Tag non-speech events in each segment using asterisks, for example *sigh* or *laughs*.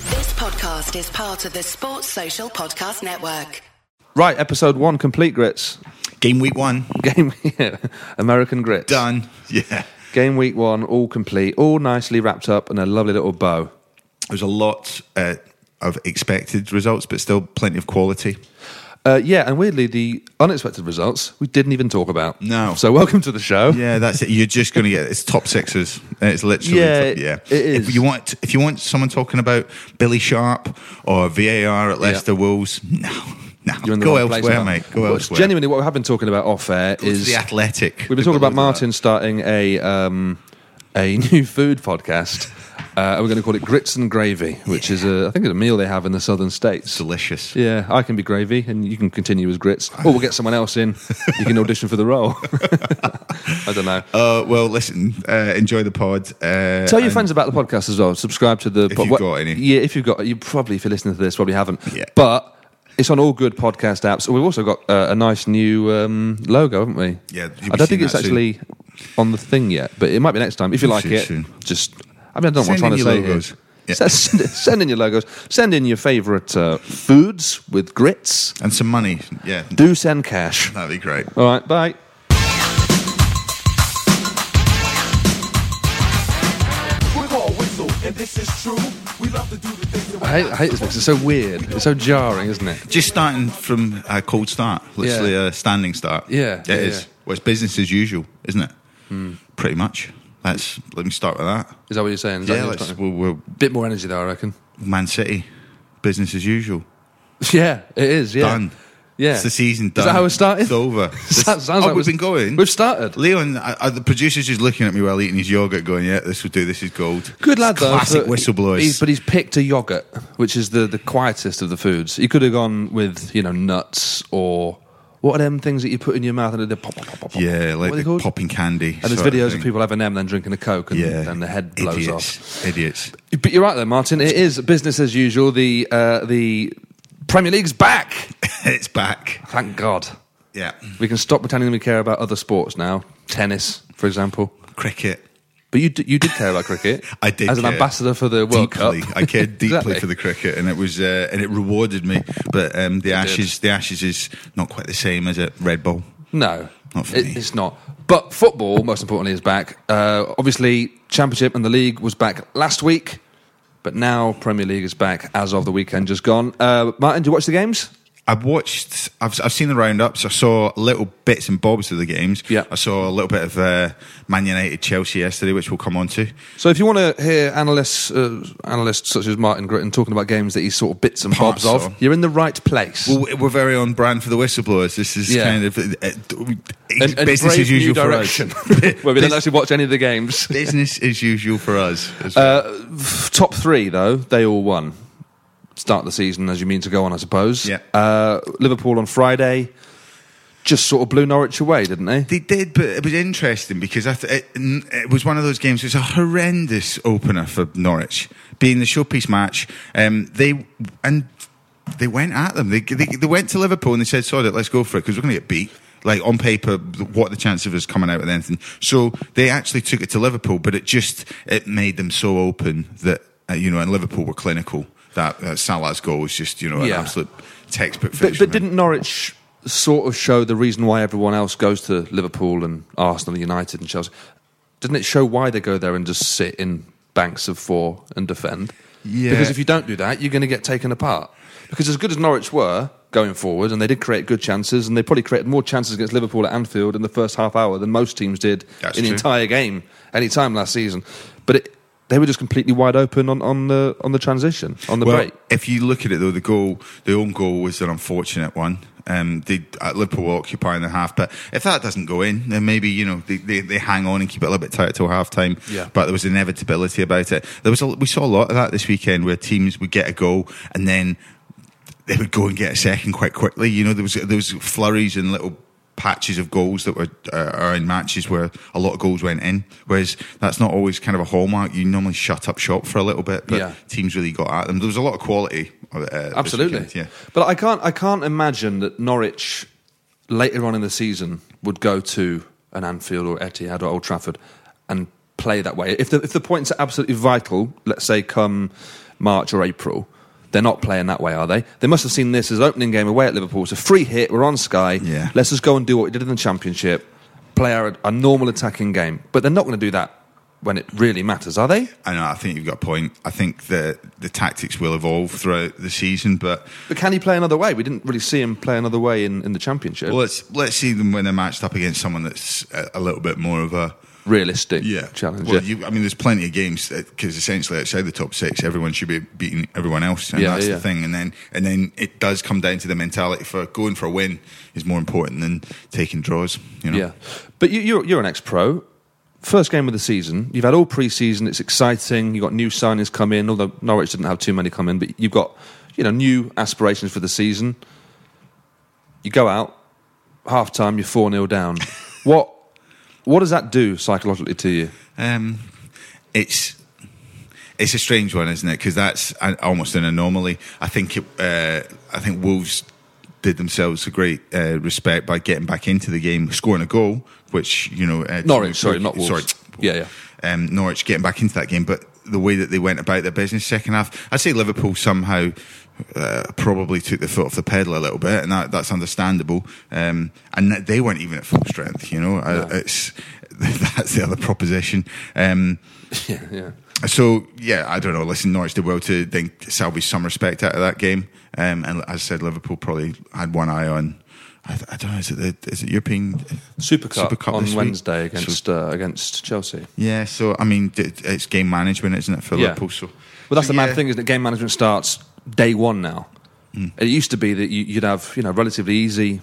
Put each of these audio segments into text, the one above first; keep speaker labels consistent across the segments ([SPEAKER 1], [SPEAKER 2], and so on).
[SPEAKER 1] podcast is part of the Sports Social Podcast Network.
[SPEAKER 2] Right, episode one, complete grits. *laughs*
[SPEAKER 3] Game week one.
[SPEAKER 2] Game American grits.
[SPEAKER 3] Done. *laughs* Yeah.
[SPEAKER 2] Game week one, all complete, all nicely wrapped up in a lovely little bow.
[SPEAKER 3] There's a lot uh, of expected results, but still plenty of quality.
[SPEAKER 2] Uh, yeah, and weirdly, the unexpected results we didn't even talk about.
[SPEAKER 3] No.
[SPEAKER 2] So welcome to the show.
[SPEAKER 3] Yeah, that's it. You're just going to get it's top sixes. And It's literally
[SPEAKER 2] Yeah,
[SPEAKER 3] top- yeah.
[SPEAKER 2] it is.
[SPEAKER 3] If you want, if you want someone talking about Billy Sharp or VAR at Leicester Wolves, *laughs* no, no,
[SPEAKER 2] You're in the
[SPEAKER 3] go
[SPEAKER 2] right place
[SPEAKER 3] elsewhere,
[SPEAKER 2] now.
[SPEAKER 3] mate. Go
[SPEAKER 2] Well, it's
[SPEAKER 3] elsewhere.
[SPEAKER 2] Genuinely, what we have been talking about off air
[SPEAKER 3] Go to
[SPEAKER 2] is
[SPEAKER 3] the Athletic.
[SPEAKER 2] We've been talking about Martin starting a um, a *laughs* new food podcast. Uh, and we're going to call it Grits and Gravy, which is a, I think it's a meal they have in the southern states.
[SPEAKER 3] Delicious.
[SPEAKER 2] Yeah, I can be gravy, and you can continue as grits. Or we'll get someone else in. You can audition for the role. *laughs* I don't know.
[SPEAKER 3] Uh, well, listen, uh, enjoy the pod. Uh,
[SPEAKER 2] Tell your
[SPEAKER 3] and-
[SPEAKER 2] friends about the podcast as well. Subscribe to the. If
[SPEAKER 3] you've got any.
[SPEAKER 2] yeah. If you've got, you probably if you're listening to this, probably haven't.
[SPEAKER 3] Yeah.
[SPEAKER 2] But it's on all good podcast apps. We've also got uh, a nice new um, logo, haven't we? I
[SPEAKER 3] Yeah, you'll be
[SPEAKER 2] don't
[SPEAKER 3] seeing
[SPEAKER 2] think it's
[SPEAKER 3] that soon.
[SPEAKER 2] actually on the thing yet, but it might be next time. If you
[SPEAKER 3] You'll
[SPEAKER 2] like
[SPEAKER 3] see it
[SPEAKER 2] it,
[SPEAKER 3] soon.
[SPEAKER 2] just. I mean, I don't know what I'm
[SPEAKER 3] Send
[SPEAKER 2] trying
[SPEAKER 3] in
[SPEAKER 2] to
[SPEAKER 3] your
[SPEAKER 2] say. here.
[SPEAKER 3] logos. Yeah.
[SPEAKER 2] *laughs* Send, send in your logos. Send in your favourite uh, foods with grits.
[SPEAKER 3] and some money. Yeah,
[SPEAKER 2] Do send cash.
[SPEAKER 3] that'd be great.
[SPEAKER 2] All right, bye. I hate, I hate this mix. It's so weird. It's so jarring, isn't it?
[SPEAKER 3] Just starting from a cold start, literally
[SPEAKER 2] Yeah.
[SPEAKER 3] a standing start.
[SPEAKER 2] Yeah,
[SPEAKER 3] it
[SPEAKER 2] yeah,
[SPEAKER 3] is.
[SPEAKER 2] yeah. Hmm.
[SPEAKER 3] Well, it's business as usual, isn't it? Pretty much. Let's let me start with that.
[SPEAKER 2] Is that what you're saying? Is
[SPEAKER 3] yeah,
[SPEAKER 2] that
[SPEAKER 3] let's,
[SPEAKER 2] a
[SPEAKER 3] we're, we're
[SPEAKER 2] bit more energy though, I reckon.
[SPEAKER 3] Man City, business as usual.
[SPEAKER 2] *laughs* Yeah, it is. Yeah,
[SPEAKER 3] Done.
[SPEAKER 2] Yeah,
[SPEAKER 3] It's the season done.
[SPEAKER 2] Is that how it started? *laughs*
[SPEAKER 3] It's over.
[SPEAKER 2] Sounds- sounds
[SPEAKER 3] oh,
[SPEAKER 2] like
[SPEAKER 3] we've
[SPEAKER 2] we-
[SPEAKER 3] been going.
[SPEAKER 2] we've started.
[SPEAKER 3] Leon, I, I, the producer's just looking at me while eating his yogurt, going, "Yeah, this will do. This is gold."
[SPEAKER 2] Good lad,
[SPEAKER 3] It's
[SPEAKER 2] though.
[SPEAKER 3] Classic
[SPEAKER 2] for-
[SPEAKER 3] whistleblowers.
[SPEAKER 2] he's- but he's picked a yogurt, which is the, the quietest of the foods. He could have gone with, you know, nuts or what are them things that you put in your mouth and they pop, pop, pop, pop. pop?
[SPEAKER 3] yeah,
[SPEAKER 2] What
[SPEAKER 3] like
[SPEAKER 2] are
[SPEAKER 3] the
[SPEAKER 2] they called?
[SPEAKER 3] popping candy.
[SPEAKER 2] And there's
[SPEAKER 3] sort
[SPEAKER 2] videos of
[SPEAKER 3] thing.
[SPEAKER 2] people having them, then drinking a coke, and
[SPEAKER 3] Yeah,
[SPEAKER 2] then the head blows off.
[SPEAKER 3] idiots. Idiots. *laughs*
[SPEAKER 2] But you're right, though, Martin. It is business as usual. The uh, the Premier League's back.
[SPEAKER 3] it's back.
[SPEAKER 2] Thank God.
[SPEAKER 3] Yeah,
[SPEAKER 2] We can stop pretending we care about other sports now. Tennis, for example.
[SPEAKER 3] cricket.
[SPEAKER 2] But you d- you did care about cricket.
[SPEAKER 3] *laughs* I did
[SPEAKER 2] as an
[SPEAKER 3] care.
[SPEAKER 2] ambassador for the World
[SPEAKER 3] deeply.
[SPEAKER 2] Cup. *laughs*
[SPEAKER 3] I cared deeply
[SPEAKER 2] Exactly.
[SPEAKER 3] for the cricket, and it was uh, and it rewarded me. But um, the Ashes, the Ashes is not quite the same as a Red Bull.
[SPEAKER 2] No,
[SPEAKER 3] Not for
[SPEAKER 2] It-
[SPEAKER 3] me.
[SPEAKER 2] it's not. But football, most importantly, is back. Uh, obviously, Championship and the league was back last week, but now Premier League is back as of the weekend just gone. Uh, Martin, did you watch the games?
[SPEAKER 3] I've watched. I've, I've seen the roundups. I saw little bits and bobs of the games.
[SPEAKER 2] Yeah.
[SPEAKER 3] I saw a little bit of uh, Man United Chelsea yesterday, which we'll come on to.
[SPEAKER 2] So, if you want to hear analysts, uh, analysts such as Martin Gritton talking about games that he's sort of bits and
[SPEAKER 3] Parts
[SPEAKER 2] bobs of,
[SPEAKER 3] of.
[SPEAKER 2] you're in the right place.
[SPEAKER 3] Well, we- we're very on brand for the whistleblowers. This is
[SPEAKER 2] Yeah.
[SPEAKER 3] kind of uh, uh,
[SPEAKER 2] and, and
[SPEAKER 3] business
[SPEAKER 2] brave
[SPEAKER 3] as
[SPEAKER 2] new
[SPEAKER 3] usual for
[SPEAKER 2] direction, *laughs*
[SPEAKER 3] us.
[SPEAKER 2] where we don't
[SPEAKER 3] Bus-
[SPEAKER 2] actually watch any of the games.
[SPEAKER 3] business as usual for us. as
[SPEAKER 2] Uh,
[SPEAKER 3] well.
[SPEAKER 2] *laughs* Top three, though, they all won. Start the season as you mean to go on, I suppose.
[SPEAKER 3] Yeah.
[SPEAKER 2] Uh, Liverpool on Friday just sort of blew Norwich away, didn't they?
[SPEAKER 3] They did, but it was interesting because I th- it, n- it was one of those games. It was a horrendous opener for Norwich, being the showpiece match. Um, they and they went at them. They, they they went to Liverpool and they said, "Sorry, let's go for it because we're going to get beat." Like on paper, what are the chance of us coming out with anything? So they actually took it to Liverpool, but it just it made them so open that uh, you know, and Liverpool were clinical. That uh, Salah's goal was just you know an
[SPEAKER 2] Yeah.
[SPEAKER 3] absolute textbook. finish
[SPEAKER 2] But, but
[SPEAKER 3] from him.
[SPEAKER 2] didn't Norwich sort of show the reason why everyone else goes to Liverpool and Arsenal and United and Chelsea? Didn't it show why they go there and just sit in banks of four and defend?
[SPEAKER 3] Yeah.
[SPEAKER 2] Because if you don't do that, you're going to get taken apart. Because as good as Norwich were going forward, and they did create good chances, and they probably created more chances against Liverpool at Anfield in the first half hour than most teams did
[SPEAKER 3] That's
[SPEAKER 2] in the
[SPEAKER 3] true.
[SPEAKER 2] entire game any time last season. But it, they were just completely wide open on, on the on the transition on the
[SPEAKER 3] well,
[SPEAKER 2] break.
[SPEAKER 3] If you look at it though, the goal, the own goal was an unfortunate one. Um, they uh, Liverpool were occupying the half, but if that doesn't go in, then maybe you know they, they, they hang on and keep it a little bit tight till half time.
[SPEAKER 2] Yeah.
[SPEAKER 3] But there was inevitability about it. There was a, we saw a lot of that this weekend where teams would get a goal and then they would go and get a second quite quickly. You know, there was there was flurries and little patches of goals that were uh, are in matches where a lot of goals went in. Whereas that's not always kind of a hallmark. You normally shut up shop for a little bit, but
[SPEAKER 2] Yeah.
[SPEAKER 3] teams really got at them. There was a lot of quality. Uh, this
[SPEAKER 2] Absolutely.
[SPEAKER 3] weekend, yeah.
[SPEAKER 2] But I can't I can't imagine that Norwich later on in the season would go to an Anfield or Etihad or Old Trafford and play that way. If the if the points are absolutely vital, let's say come March or April, They're not playing that way, are they? They must have seen this as opening game away at Liverpool. It's a free hit. We're on Sky.
[SPEAKER 3] Yeah.
[SPEAKER 2] Let's just go and do what we did in the Championship. Play our, our normal attacking game. But they're not going to do that when it really matters, are they?
[SPEAKER 3] I know. I think you've got a point. I think the the tactics will evolve throughout the season, but
[SPEAKER 2] But can he play another way? We didn't really see him play another way in, in the Championship.
[SPEAKER 3] well, let's let's see them when they're matched up against someone that's a, a little bit more of a
[SPEAKER 2] Realistic
[SPEAKER 3] yeah
[SPEAKER 2] challenge.
[SPEAKER 3] Well,
[SPEAKER 2] yeah.
[SPEAKER 3] you, I mean, there's plenty of games because essentially outside the top six, everyone should be beating everyone else, and
[SPEAKER 2] Yeah,
[SPEAKER 3] that's
[SPEAKER 2] yeah.
[SPEAKER 3] the thing. And then and then it does come down to the mentality for going for a win is more important than taking draws. You know,
[SPEAKER 2] Yeah, but you, you're you're an ex-pro. First game of the season. You've had all pre-season. It's exciting. You've got new signings come in. Although Norwich didn't have too many come in, but you've got you know new aspirations for the season. You go out half time. You're four 0 down.
[SPEAKER 3] *laughs*
[SPEAKER 2] what what does that do psychologically to you?
[SPEAKER 3] Um, it's it's a strange one, isn't it? Because that's an, almost an anomaly. I think it, uh, I think Wolves did themselves a great uh, respect by getting back into the game, scoring a goal, which you know uh,
[SPEAKER 2] Norwich, sorry, not Wolves.
[SPEAKER 3] sorry,
[SPEAKER 2] Yeah, yeah.
[SPEAKER 3] um, Norwich getting back into that game, but the way that they went about their business second half, I'd say Liverpool somehow uh, probably took their foot off the pedal a little bit, and that, that's understandable. Um, and that they weren't even at full strength, you know. Uh, it's *laughs* that's the other proposition. Um,
[SPEAKER 2] Yeah, *laughs* yeah.
[SPEAKER 3] so yeah, I don't know. Listen, Norwich did well to then salvage some respect out of that game, um, and as I said, Liverpool probably had one eye on. I, I don't know. Is it the, is it European
[SPEAKER 2] Super Cup,
[SPEAKER 3] Super Cup
[SPEAKER 2] on
[SPEAKER 3] this week.
[SPEAKER 2] Wednesday against uh, against Chelsea.
[SPEAKER 3] Yeah, so I mean, d- it's game management, isn't it, for
[SPEAKER 2] Yeah.
[SPEAKER 3] Liverpool? So,
[SPEAKER 2] Well, that's
[SPEAKER 3] so,
[SPEAKER 2] the mad
[SPEAKER 3] yeah.
[SPEAKER 2] thing is that game management starts day one now. It used to be that you, you'd have you know relatively easy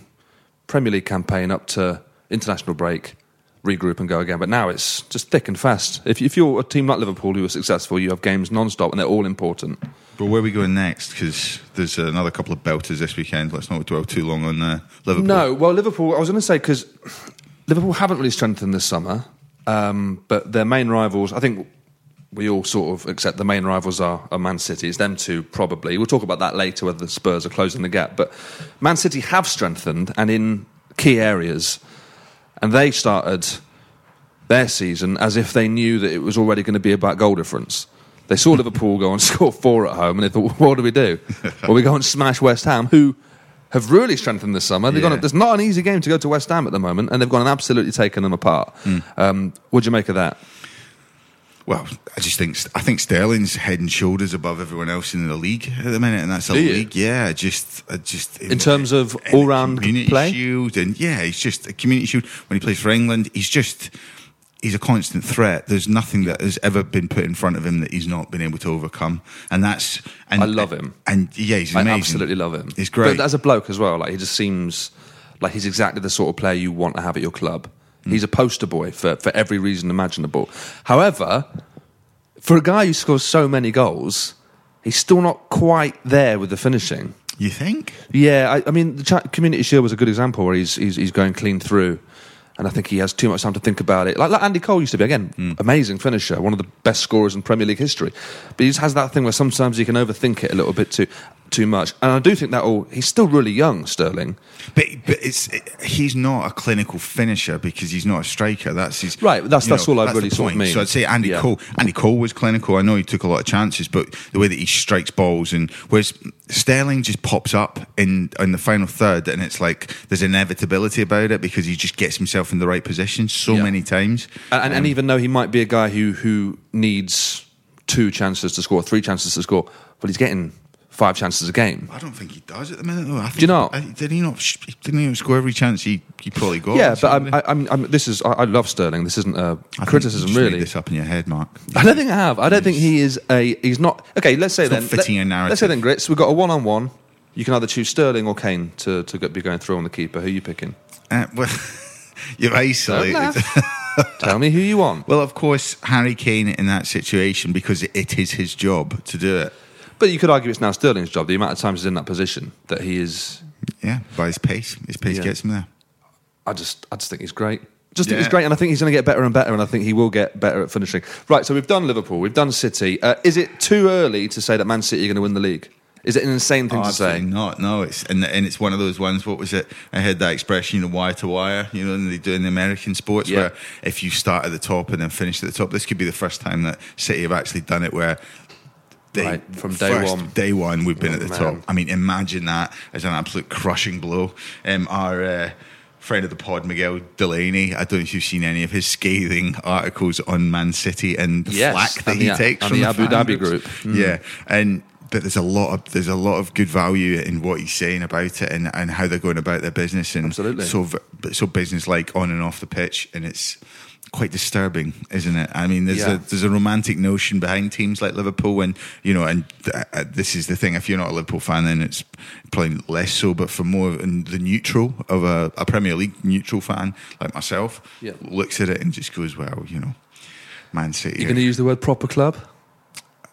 [SPEAKER 2] Premier League campaign up to international break, regroup and go again. But now it's just thick and fast. If, if you're a team like Liverpool who are successful, you have games non-stop and they're all important.
[SPEAKER 3] But where are we going next? Because there's another couple of belters this weekend. Let's not dwell too long on uh, Liverpool.
[SPEAKER 2] No, well, Liverpool. I was going to say because Liverpool haven't really strengthened this summer, um, but their main rivals. I think we all sort of accept the main rivals are, are Man City. It's them two probably. We'll talk about that later whether the Spurs are closing the gap. But Man City have strengthened and in key areas, and they started their season as if they knew that it was already going to be about goal difference. They saw Liverpool go and *laughs* score four at home, and they thought, "What do we do? well, we go and smash West Ham, who have really strengthened this summer. They've
[SPEAKER 3] Yeah.
[SPEAKER 2] gone, there's not an easy game to go to West Ham at the moment, and they've gone and absolutely taken them apart. Um, what do you make of that?
[SPEAKER 3] Well, I just think I think Sterling's head and shoulders above everyone else in the league at the minute, and that's a
[SPEAKER 2] Do you?
[SPEAKER 3] league. Yeah, I just, I just
[SPEAKER 2] In terms of
[SPEAKER 3] and the
[SPEAKER 2] all-round
[SPEAKER 3] community
[SPEAKER 2] play?
[SPEAKER 3] shield, and yeah, he's just a community shield. When he plays for England, he's just he's a constant threat. There's nothing that has ever been put in front of him that he's not been able to overcome, and that's. And,
[SPEAKER 2] I love him.
[SPEAKER 3] and yeah, he's amazing.
[SPEAKER 2] I absolutely love him.
[SPEAKER 3] He's great.
[SPEAKER 2] But as a bloke as well, like he just seems like he's exactly the sort of player you want to have at your club.
[SPEAKER 3] Mm.
[SPEAKER 2] He's a poster boy for, for every reason imaginable. However, for a guy who scores so many goals, he's still not quite there with the finishing.
[SPEAKER 3] you think?
[SPEAKER 2] Yeah, I, I mean, the cha- Community Shield was a good example where he's, he's he's going clean through, and I think he has too much time to think about it. Like, like Andy Cole used to be again,
[SPEAKER 3] Hmm.
[SPEAKER 2] amazing finisher, one of the best scorers in Premier League history. But he just has that thing where sometimes he can overthink it a little bit too too much. And I do think that all he's still really young, Sterling.
[SPEAKER 3] But, but it's it, he's not a clinical finisher because he's not a striker. That's his
[SPEAKER 2] Right, that's-
[SPEAKER 3] you know,
[SPEAKER 2] that's all I
[SPEAKER 3] the
[SPEAKER 2] really sort of
[SPEAKER 3] point.
[SPEAKER 2] mean.
[SPEAKER 3] So I'd say Andy
[SPEAKER 2] Yeah.
[SPEAKER 3] Cole. Andy Cole was clinical. I know he took a lot of chances, but the way that he strikes balls and whereas Sterling just pops up in in the final third, and it's like there's inevitability about it because he just gets himself in the right position so
[SPEAKER 2] Yeah.
[SPEAKER 3] many times.
[SPEAKER 2] And, and,
[SPEAKER 3] Hmm.
[SPEAKER 2] and even though he might be a guy who who needs two chances to score, three chances to score, but he's getting five chances a game.
[SPEAKER 3] I don't think he does at the minute though. I think,
[SPEAKER 2] you not?
[SPEAKER 3] I, did he not? sh- Didn't he score every chance he, he probably got?
[SPEAKER 2] Yeah, but I'm,
[SPEAKER 3] Absolutely.
[SPEAKER 2] I, I'm, I'm, this is I, I love Sterling. This isn't a
[SPEAKER 3] think you
[SPEAKER 2] criticism,
[SPEAKER 3] just made
[SPEAKER 2] really.
[SPEAKER 3] This up in your head, Mark.
[SPEAKER 2] *laughs* I don't think I have. I don't think he is a. He's not. Okay, let's say
[SPEAKER 3] It's not
[SPEAKER 2] then.
[SPEAKER 3] fitting
[SPEAKER 2] let,
[SPEAKER 3] a narrative.
[SPEAKER 2] us say then, Grits. We've got a one-on-one. You can either choose Sterling or Kane to, to go- be going through on the keeper. Who are you picking?
[SPEAKER 3] Uh, well, *laughs* you've
[SPEAKER 2] Don't
[SPEAKER 3] isolated. *laughs*
[SPEAKER 2] laugh. Tell me who you want.
[SPEAKER 3] Well, of course, Harry Kane in that situation because it is his job to do it.
[SPEAKER 2] But you could argue it's now Sterling's job. The amount of times he's in that position that he is.
[SPEAKER 3] Yeah, by his pace. His pace
[SPEAKER 2] Yeah.
[SPEAKER 3] gets him there.
[SPEAKER 2] I just, I just think he's great. Just think he's
[SPEAKER 3] Yeah.
[SPEAKER 2] great, and I think he's going to get better and better, and I think he will get better at finishing. Right. So we've done Liverpool. We've done City. Uh, is it too early to say that Man City are going to win the league? Is it an insane thing to say?
[SPEAKER 3] absolutely not. No, it's and and it's one of those ones. What was it? I heard that expression, you know, wire to wire. You know, and they do in the American sports
[SPEAKER 2] Yeah.
[SPEAKER 3] where if you start at the top and then finish at the top, this could be the first time that City have actually done it where day
[SPEAKER 2] Right, from day
[SPEAKER 3] first
[SPEAKER 2] one.
[SPEAKER 3] Day one, we've been
[SPEAKER 2] Oh,
[SPEAKER 3] at the
[SPEAKER 2] man.
[SPEAKER 3] top. I mean, imagine that as an absolute crushing blow. Um, our uh, friend of the pod, Miguel Delaney. I don't know if you've seen any of his scathing articles on Man City and the
[SPEAKER 2] Yes,
[SPEAKER 3] flack that
[SPEAKER 2] and
[SPEAKER 3] he
[SPEAKER 2] the-
[SPEAKER 3] takes
[SPEAKER 2] and
[SPEAKER 3] from
[SPEAKER 2] the Abu
[SPEAKER 3] fan
[SPEAKER 2] Dhabi
[SPEAKER 3] groups.
[SPEAKER 2] group.
[SPEAKER 3] Yeah, and. But there's a lot of there's a lot of good value in what he's saying about it and, and how they're going about their business and
[SPEAKER 2] Absolutely.
[SPEAKER 3] so v- but so business like on and off the pitch and it's quite disturbing isn't it I mean there's
[SPEAKER 2] Yeah.
[SPEAKER 3] a there's a romantic notion behind teams like Liverpool, and you know, and th- uh, this is the thing. If you're not a Liverpool fan, then it's probably less so. But for more and the neutral of a, a Premier League neutral fan like myself,
[SPEAKER 2] Yeah.
[SPEAKER 3] looks at it and just goes, "Well, you know, Man City."
[SPEAKER 2] You're going to use the word proper club?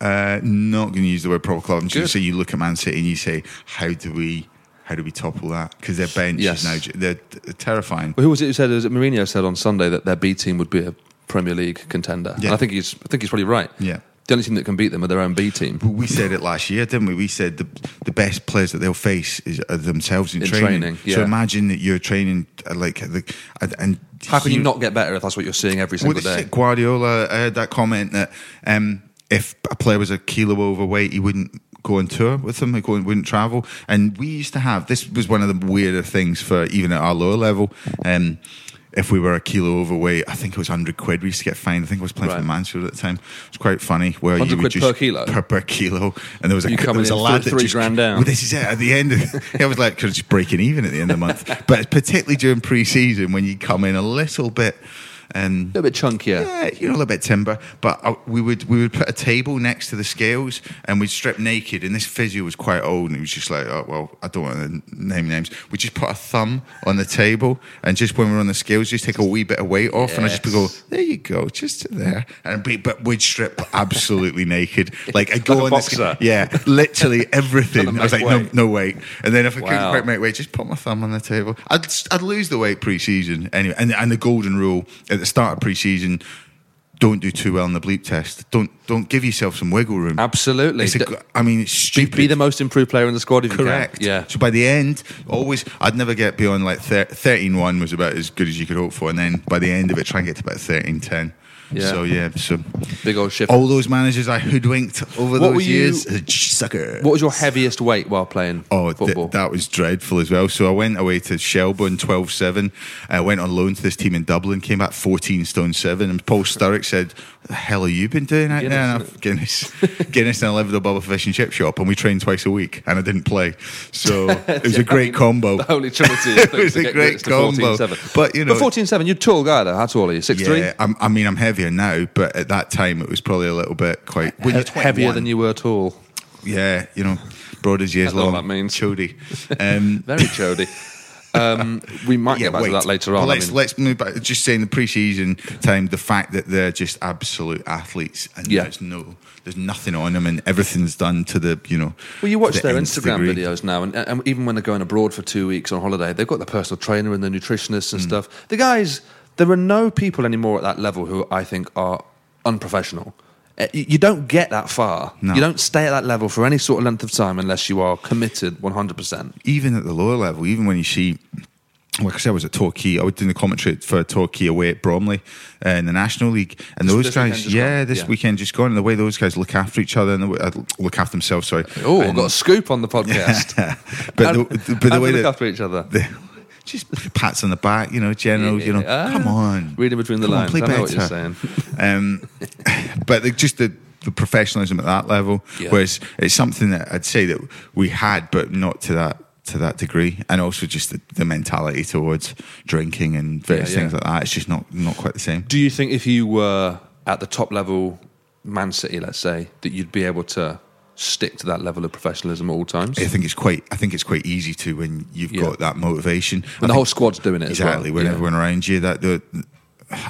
[SPEAKER 3] uh, not going to use the word proper club. I'm just going
[SPEAKER 2] Good.
[SPEAKER 3] to say you look at Man City and you say, "How do we? How do we topple that?" Because their bench
[SPEAKER 2] Yes.
[SPEAKER 3] is now ju- they're, they're terrifying.
[SPEAKER 2] Well, who was it who said? Was it Mourinho said on Sunday that their B team would be a Premier League contender?
[SPEAKER 3] Yeah.
[SPEAKER 2] And I think he's, I think he's probably right.
[SPEAKER 3] Yeah.
[SPEAKER 2] The only team that can beat them are their own B team.
[SPEAKER 3] Well, we said it last year, didn't we? We said the the best players that they'll face is are themselves in,
[SPEAKER 2] In
[SPEAKER 3] training.
[SPEAKER 2] training,
[SPEAKER 3] So
[SPEAKER 2] yeah.
[SPEAKER 3] imagine that you're training uh, like the and- and
[SPEAKER 2] How can
[SPEAKER 3] he-
[SPEAKER 2] you not get better if that's what you're seeing every
[SPEAKER 3] Well,
[SPEAKER 2] single
[SPEAKER 3] they
[SPEAKER 2] day?
[SPEAKER 3] said Guardiola I heard that comment that um, if a player was a kilo overweight, he wouldn't go on tour with them. He go- wouldn't travel. And we used to have this was one of the weirder things for even at our lower level. Um, if we were a kilo overweight, I think it was hundred quid. We used to get fined. I think I was playing for
[SPEAKER 2] Right.
[SPEAKER 3] Mansfield at the time. It was quite funny. Where you
[SPEAKER 2] 100
[SPEAKER 3] would
[SPEAKER 2] quid
[SPEAKER 3] just,
[SPEAKER 2] per kilo?
[SPEAKER 3] per, per kilo, and there was a
[SPEAKER 2] You
[SPEAKER 3] there
[SPEAKER 2] coming
[SPEAKER 3] was a
[SPEAKER 2] in
[SPEAKER 3] lad
[SPEAKER 2] three-
[SPEAKER 3] that
[SPEAKER 2] three
[SPEAKER 3] just-
[SPEAKER 2] grand down.
[SPEAKER 3] Well, this is it. At the end, of, *laughs* I was like, could just breaking even at the end of the month. But particularly during pre-season, when you come in a little bit. Um,
[SPEAKER 2] A little bit chunkier.
[SPEAKER 3] yeah, you know, a little bit timber. But uh, we would we would put a table next to the scales and we'd strip naked. And this physio was quite old and he was just like, oh, well, I don't want to name names. We just put a thumb on the table and just when we were on the scales, just take a wee bit of weight off. And I just go,
[SPEAKER 2] Yes.
[SPEAKER 3] there you go, just there. And we, but we'd strip absolutely naked. Like I
[SPEAKER 2] Like
[SPEAKER 3] go
[SPEAKER 2] a
[SPEAKER 3] on the
[SPEAKER 2] boxer.
[SPEAKER 3] sca- yeah, literally everything. I was like,
[SPEAKER 2] make weight.
[SPEAKER 3] no, no weight. And then if I couldn't
[SPEAKER 2] Wow.
[SPEAKER 3] quite make weight, just put my thumb on the table. I'd I'd lose the weight pre-season anyway. And and the golden rule at the start of pre-season, don't do too well in the bleep test. Don't don't give yourself some wiggle room.
[SPEAKER 2] Absolutely.
[SPEAKER 3] It's a
[SPEAKER 2] D-
[SPEAKER 3] g- I mean, it's
[SPEAKER 2] Be,
[SPEAKER 3] stupid.
[SPEAKER 2] be the most improved player in the squad if
[SPEAKER 3] Correct.
[SPEAKER 2] you can.
[SPEAKER 3] So by the end, always, I'd never get beyond like thir- 13 1 was about as good as you could hope for. And then by the end of it, try and get to about 13 10.
[SPEAKER 2] Yeah.
[SPEAKER 3] So, yeah. So
[SPEAKER 2] Big old shift.
[SPEAKER 3] all those managers I hoodwinked
[SPEAKER 2] What
[SPEAKER 3] over
[SPEAKER 2] were
[SPEAKER 3] those
[SPEAKER 2] you-
[SPEAKER 3] years, uh, sucker.
[SPEAKER 2] What was your heaviest weight while playing
[SPEAKER 3] Oh, th-
[SPEAKER 2] football?
[SPEAKER 3] that was dreadful as well. So I went away to Shelburne, 12 7. I went on loan to this team in Dublin, came back 14 stone 7. And Paul Sturrock said, What the hell have you been doing out there? And I've, Guinness. Guinness, and I lived at a Bubba Fish and Chip Shop, and we trained twice a week, and I didn't play.
[SPEAKER 2] *laughs*
[SPEAKER 3] So it was a great combo.
[SPEAKER 2] the Holy Trinity. of
[SPEAKER 3] *laughs* it
[SPEAKER 2] things
[SPEAKER 3] was
[SPEAKER 2] to
[SPEAKER 3] a
[SPEAKER 2] get
[SPEAKER 3] great
[SPEAKER 2] Brits to
[SPEAKER 3] combo.
[SPEAKER 2] 14-7.
[SPEAKER 3] But, you know,
[SPEAKER 2] but 14 7, you're a tall guy, though. How tall are you? 6'3?
[SPEAKER 3] yeah, I'm, I mean, I'm heavier now, but at that time it was probably a little bit quite. when you're
[SPEAKER 2] He- heavier
[SPEAKER 3] 21,
[SPEAKER 2] than you were tall.
[SPEAKER 3] Yeah, you know, broad as years
[SPEAKER 2] I don't know
[SPEAKER 3] long.
[SPEAKER 2] what that means. *laughs*
[SPEAKER 3] Chody. Um,
[SPEAKER 2] Very chody. um, we might get back
[SPEAKER 3] wait.
[SPEAKER 2] to that later on.
[SPEAKER 3] But
[SPEAKER 2] I
[SPEAKER 3] let's
[SPEAKER 2] mean-
[SPEAKER 3] let's move back. Just saying the preseason time, the fact that they're just absolute athletes, and
[SPEAKER 2] Yeah.
[SPEAKER 3] there's no, there's nothing on them, and everything's done to the, you know.
[SPEAKER 2] Well, you watch
[SPEAKER 3] to the
[SPEAKER 2] their
[SPEAKER 3] nth
[SPEAKER 2] Instagram
[SPEAKER 3] degree.
[SPEAKER 2] videos now, and, and even when they're going abroad for two weeks on holiday, they've got the personal trainer and the nutritionists and stuff. The guys, there are no people anymore at that level who I think are unprofessional. Eh, You you don't get that far.
[SPEAKER 3] No.
[SPEAKER 2] You don't stay at that level for any sort of length of time unless you are committed 100%.
[SPEAKER 3] even at the lower level, even when you see, like I said, I was at Torquay. I was doing the commentary for Torquay away at Bromley uh, in the National League, and
[SPEAKER 2] This-
[SPEAKER 3] those
[SPEAKER 2] this weekend
[SPEAKER 3] guys,
[SPEAKER 2] just
[SPEAKER 3] yeah,
[SPEAKER 2] gone,
[SPEAKER 3] this
[SPEAKER 2] yeah.
[SPEAKER 3] weekend just gone, and the way those guys look after each other and the way, uh, look after themselves. Sorry.
[SPEAKER 2] Oh, I've
[SPEAKER 3] And- *laughs*
[SPEAKER 2] got a scoop on the *laughs* podcast.
[SPEAKER 3] but
[SPEAKER 2] How-
[SPEAKER 3] the, the- but
[SPEAKER 2] how
[SPEAKER 3] the
[SPEAKER 2] do
[SPEAKER 3] way
[SPEAKER 2] they look
[SPEAKER 3] that-
[SPEAKER 2] after each other?
[SPEAKER 3] the- just pats on the back, you know, general, you know,
[SPEAKER 2] Ah,
[SPEAKER 3] come on,
[SPEAKER 2] reading between the
[SPEAKER 3] Come on,
[SPEAKER 2] lines.
[SPEAKER 3] play
[SPEAKER 2] I know what you're
[SPEAKER 3] better.
[SPEAKER 2] saying.
[SPEAKER 3] Um, *laughs* but the, just the, the professionalism at that level,
[SPEAKER 2] Yeah.
[SPEAKER 3] whereas it's something that I'd say that we had, but not to that to that degree, and also just the, the mentality towards drinking and various
[SPEAKER 2] Yeah, yeah.
[SPEAKER 3] things like that. It's just not not quite the same.
[SPEAKER 2] Do you think if you were at the top level, Man City, let's say, that you'd be able to stick to that level of professionalism at all times?
[SPEAKER 3] I think it's quite. I think it's quite easy to when you've
[SPEAKER 2] Yeah.
[SPEAKER 3] got that motivation. I
[SPEAKER 2] and the
[SPEAKER 3] think-
[SPEAKER 2] whole squad's doing it as well.
[SPEAKER 3] exactly when
[SPEAKER 2] Yeah.
[SPEAKER 3] everyone around you that the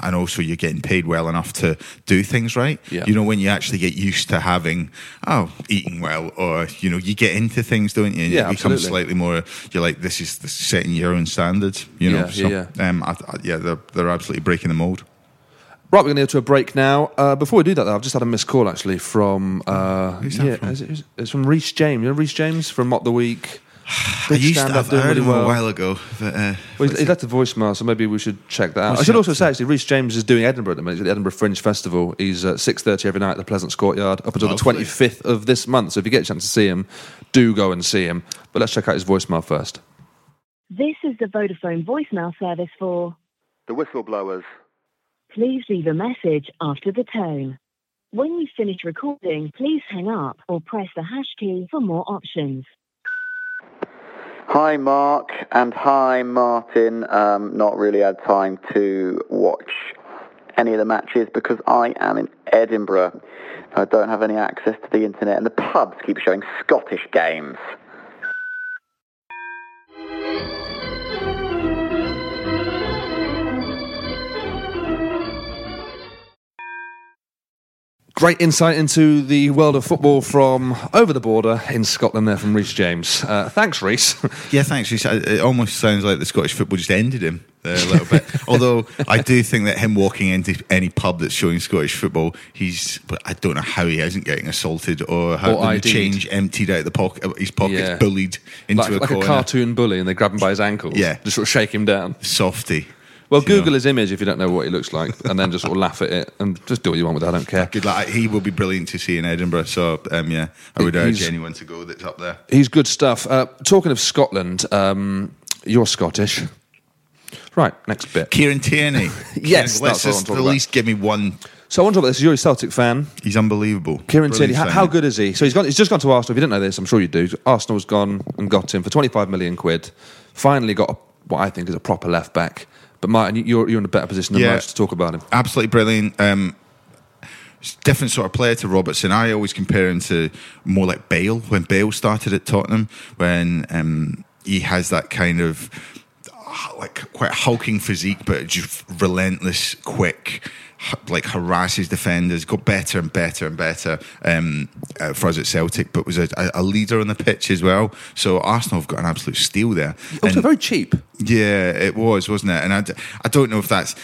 [SPEAKER 3] and also you're getting paid well enough to do things right
[SPEAKER 2] Yeah.
[SPEAKER 3] you know when you actually get used to having oh eating well or you know you get into things don't you and
[SPEAKER 2] Yeah,
[SPEAKER 3] it becomes
[SPEAKER 2] absolutely.
[SPEAKER 3] slightly more you're like this is the setting your own standards you know
[SPEAKER 2] Yeah, yeah, yeah.
[SPEAKER 3] um, I, I, yeah they're, they're absolutely breaking the mold
[SPEAKER 2] Right, we're going to go to a break now. Uh, before we do that, though, I've just had a missed call actually from. Uh,
[SPEAKER 3] Who's that
[SPEAKER 2] yeah,
[SPEAKER 3] from?
[SPEAKER 2] is it- is- it's from Reese James. You know Reese James from Mot the Week.
[SPEAKER 3] *sighs* I
[SPEAKER 2] Big
[SPEAKER 3] used to
[SPEAKER 2] stand-up,
[SPEAKER 3] have
[SPEAKER 2] doing
[SPEAKER 3] heard
[SPEAKER 2] really
[SPEAKER 3] him a
[SPEAKER 2] well.
[SPEAKER 3] while ago, but uh,
[SPEAKER 2] Well, he's, he's left a voicemail, so maybe we should check that out.
[SPEAKER 3] What's
[SPEAKER 2] I should
[SPEAKER 3] he up
[SPEAKER 2] also say, actually, Reece James is doing Edinburgh at the minute. He's at the Edinburgh Fringe Festival. He's at six thirty every night at the Pleasance Courtyard up until
[SPEAKER 3] Lovely.
[SPEAKER 2] the twenty fifth of this month. So if you get a chance to see him, do go and see him. But let's check out his voicemail first.
[SPEAKER 4] This is the Vodafone voicemail service for.
[SPEAKER 5] The whistleblowers.
[SPEAKER 4] Please leave a message after the tone. When you finish recording, please hang up or press the hash key for more options.
[SPEAKER 5] Hi, Mark, and hi, Martin. Um, not really had time to watch any of the matches because I am in Edinburgh. I don't have any access to the internet, and the pubs keep showing Scottish games.
[SPEAKER 2] Great insight into the world of football from over the border in Scotland. There from Reece James. Uh, thanks, *laughs* Reece.
[SPEAKER 3] Yeah, thanks. Reece. I- It almost sounds like the Scottish football just ended him there a little
[SPEAKER 2] *laughs*
[SPEAKER 3] bit. Although I do think that him walking into any pub that's showing Scottish football, he's. But I don't know how he isn't getting assaulted or how
[SPEAKER 2] Or
[SPEAKER 3] the
[SPEAKER 2] ID'd.
[SPEAKER 3] change emptied out of the pocket, of his pockets,
[SPEAKER 2] Yeah.
[SPEAKER 3] bullied into
[SPEAKER 2] like
[SPEAKER 3] a
[SPEAKER 2] like a
[SPEAKER 3] corner.
[SPEAKER 2] cartoon bully, and they grab him by his ankles.
[SPEAKER 3] Yeah.
[SPEAKER 2] just sort of shake him down.
[SPEAKER 3] Softy.
[SPEAKER 2] Well,
[SPEAKER 3] You know.
[SPEAKER 2] Google his image if you don't know what he looks like, and then just sort of laugh at it and just do what you want with it. I don't care.
[SPEAKER 3] Good luck. He will be brilliant to see in Edinburgh. So um, yeah, I would urge
[SPEAKER 2] He's-
[SPEAKER 3] anyone to go that's up there.
[SPEAKER 2] He's good stuff. Uh, talking of Scotland, um, you're Scottish. Right, next bit.
[SPEAKER 3] Kieran Tierney.
[SPEAKER 2] *laughs* Yes, that's
[SPEAKER 3] let's
[SPEAKER 2] what I'm
[SPEAKER 3] just
[SPEAKER 2] talking
[SPEAKER 3] at
[SPEAKER 2] about.
[SPEAKER 3] least give me one.
[SPEAKER 2] So I want to talk about this. You're a Celtic fan.
[SPEAKER 3] He's unbelievable.
[SPEAKER 2] Kieran
[SPEAKER 3] Brilliant
[SPEAKER 2] Tierney, how,
[SPEAKER 3] signing.
[SPEAKER 2] how good is he? So he's gone. He's just gone to Arsenal. If you didn't know this, I'm sure you do. Arsenal's gone and got him for 25 million quid. Finally got a, what I think is a proper left back. But Martin, you- you're, you're in a better position than
[SPEAKER 3] Yeah.
[SPEAKER 2] most to talk about him.
[SPEAKER 3] absolutely brilliant. Um, s- different sort of player to Robertson. I always compare him to more like Bale when Bale started at Tottenham, when um, he has that kind of ah, like quite hulking physique, but just relentless, quick. ha- Like harasses defenders, got better and better and better um, uh, for us at Celtic, but was a, a- a leader on the pitch as well. So Arsenal have got an absolute steal there.
[SPEAKER 2] Also
[SPEAKER 3] And-
[SPEAKER 2] very cheap.
[SPEAKER 3] yeah, it was, wasn't it? And I, d- I don't know if that's.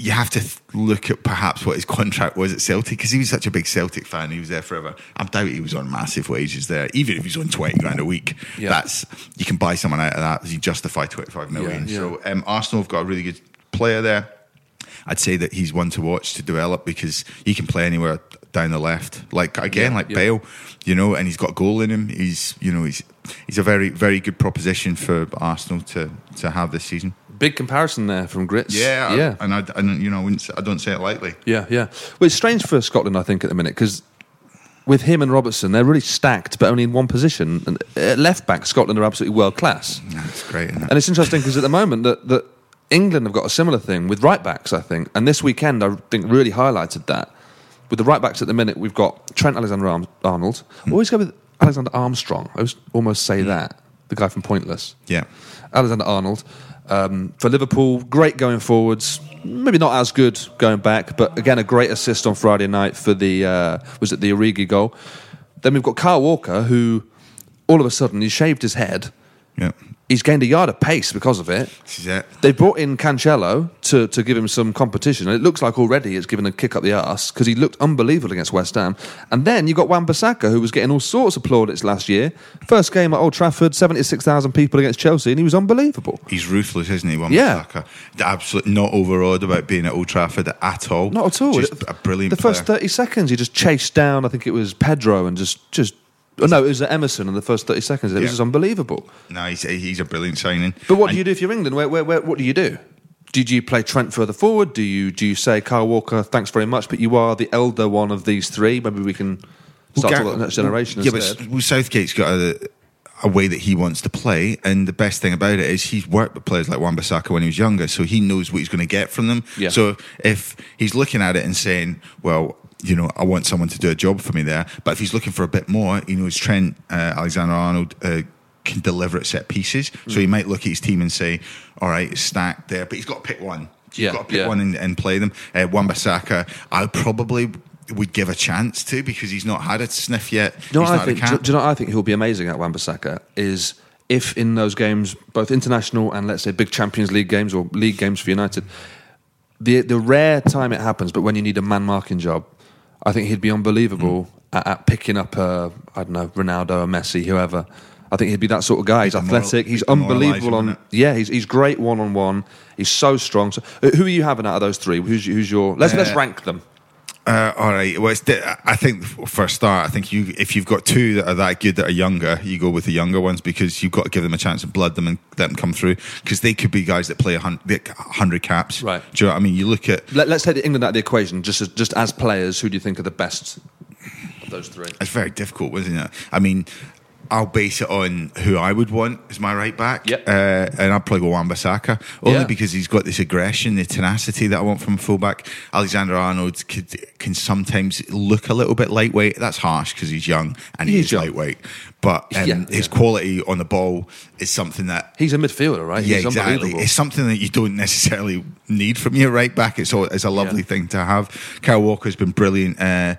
[SPEAKER 3] You have to th- look at perhaps what his contract was at Celtic because he was such a big Celtic fan. He was there forever. I doubt he was on massive wages there, even if he's on twenty grand a week.
[SPEAKER 2] Yeah.
[SPEAKER 3] That's you can buy someone out of that. You justify twenty five million.
[SPEAKER 2] Yeah, yeah.
[SPEAKER 3] So um, Arsenal have got a really good player there. I'd say that he's one to watch to develop because he can play anywhere down the left. Like again, like
[SPEAKER 2] yeah.
[SPEAKER 3] Bale, you know, and he's got a goal in him. He's you know he's he's a very very good proposition for Arsenal to to have this season.
[SPEAKER 2] Big comparison there from Grits.
[SPEAKER 3] Yeah,
[SPEAKER 2] yeah.
[SPEAKER 3] and I and you know I, wouldn't, say- I don't say it lightly.
[SPEAKER 2] Yeah, yeah. Well, it's strange for Scotland, I think, at the minute because with him and Robertson, they're really stacked, but only in one position. And at left back, Scotland are absolutely world class.
[SPEAKER 3] That's great. isn't it?
[SPEAKER 2] And it's interesting because at the moment that that England have got a similar thing with right backs, I think. And this weekend, I think really highlighted that with the right backs at the minute. We've got Trent Alexander Arnold. Always go with Alexander Armstrong. I always almost say that the guy from Pointless.
[SPEAKER 3] yeah,
[SPEAKER 2] Alexander Arnold. Um, for Liverpool, great going forwards. Maybe not as good going back, but again, a great assist on Friday night for the uh, was it the Origi goal. Then we've got Carl Walker, who all of a sudden he shaved his head.
[SPEAKER 3] yeah,
[SPEAKER 2] He's gained a yard of pace because of it.
[SPEAKER 3] this is it.
[SPEAKER 2] They brought in Cancelo to, to give him some competition. And it looks like already it's given a kick up the arse because he looked unbelievable against West Ham. And then you got Wan Bissaka, who was getting all sorts of plaudits last year. First game at Old Trafford, 76,000 people against Chelsea, and he was unbelievable.
[SPEAKER 3] He's ruthless, isn't he? Wan
[SPEAKER 2] Yeah.
[SPEAKER 3] Bissaka? absolutely not overawed about being at Old Trafford at all.
[SPEAKER 2] Not at all.
[SPEAKER 3] Just
[SPEAKER 2] It-
[SPEAKER 3] a brilliant.
[SPEAKER 2] The first
[SPEAKER 3] player.
[SPEAKER 2] 30 seconds, he just chased down, I think it was Pedro, and just. just oh, no, it was Emerson in the first 30 seconds. It
[SPEAKER 3] Yeah.
[SPEAKER 2] was just unbelievable.
[SPEAKER 3] no, he's, he's a brilliant signing.
[SPEAKER 2] But what
[SPEAKER 3] And-
[SPEAKER 2] do you do if you're England? Where, where, where, what do you do? Do you play Trent further forward? Do you do you say Kyle Walker? Thanks very much, but you are the elder one of these three. Maybe we can start
[SPEAKER 3] Gar-
[SPEAKER 2] talking about the next generation
[SPEAKER 3] Yeah,
[SPEAKER 2] instead.
[SPEAKER 3] but well, Southgate's got a, a way that he wants to play, and the best thing about it is he's worked with players like Wan-Bissaka when he was younger, so he knows what he's going to get from them.
[SPEAKER 2] Yeah.
[SPEAKER 3] So if he's looking at it and saying, "Well," You know, I want someone to do a job for me there. But if he's looking for a bit more, he knows Trent uh, Alexander Arnold uh, can deliver at set pieces. So he
[SPEAKER 2] Mm.
[SPEAKER 3] might look at his team and say, all right, it's stacked there, but he's got to pick one. He's
[SPEAKER 2] Yeah,
[SPEAKER 3] got to pick
[SPEAKER 2] yeah.
[SPEAKER 3] one and, and play them. Uh, Wan Bissaka, I probably would give a chance to because he's not had a sniff yet.
[SPEAKER 2] Do you, know what
[SPEAKER 3] he's
[SPEAKER 2] I
[SPEAKER 3] not had a
[SPEAKER 2] think, do,
[SPEAKER 3] cap.
[SPEAKER 2] do you know what I think he'll be amazing at Wan-Bissaka is if in those games, both international and let's say big Champions League games or league games for United, the the rare time it happens, but when you need a man marking job,
[SPEAKER 3] Hmm.
[SPEAKER 2] I think he'd be unbelievable at, at picking up a I don't know Ronaldo, a Messi, whoever, I think he'd be that sort of guy. He's
[SPEAKER 3] Demoralising,
[SPEAKER 2] athletic. He's
[SPEAKER 3] demoralising,
[SPEAKER 2] unbelievable on.
[SPEAKER 3] isn't
[SPEAKER 2] Yeah, he's he's great one on one. He's so strong. So, uh, who are you having out of those three? Who's who's your? Let's let's rank them.
[SPEAKER 3] Uh, all right. Well, it's di- I think for a start, I think you if you've got two that are that good that are younger, you go with the younger ones because you've got to give them a chance to blood them and let them come through because they could be guys that play a hundred, hundred caps.
[SPEAKER 2] Right.
[SPEAKER 3] Do you know what I mean? You look at
[SPEAKER 2] Let, us take the England out of the equation. Just as, just as players, who do you think are the best of those three?
[SPEAKER 3] it's very difficult, wasn't it? I mean, I'll base it on who I would want as my right back.
[SPEAKER 2] Yep.
[SPEAKER 3] Uh, and I'll probably go Wan Bissaka only
[SPEAKER 2] Yeah.
[SPEAKER 3] because he's got this aggression, the tenacity that I want from a fullback. Alexander Arnold could, can sometimes look a little bit lightweight. That's harsh because he's young and
[SPEAKER 2] He
[SPEAKER 3] he
[SPEAKER 2] is
[SPEAKER 3] is
[SPEAKER 2] young.
[SPEAKER 3] lightweight. But um,
[SPEAKER 2] Yeah,
[SPEAKER 3] his
[SPEAKER 2] yeah.
[SPEAKER 3] quality on the ball is something that
[SPEAKER 2] He's a midfielder, right?
[SPEAKER 3] yeah,
[SPEAKER 2] he's
[SPEAKER 3] exactly.
[SPEAKER 2] unbelievable.
[SPEAKER 3] It's something that you don't necessarily need from your right back. It's all, it's a lovely
[SPEAKER 2] Yeah.
[SPEAKER 3] thing to have. Kyle Walker's been brilliant uh,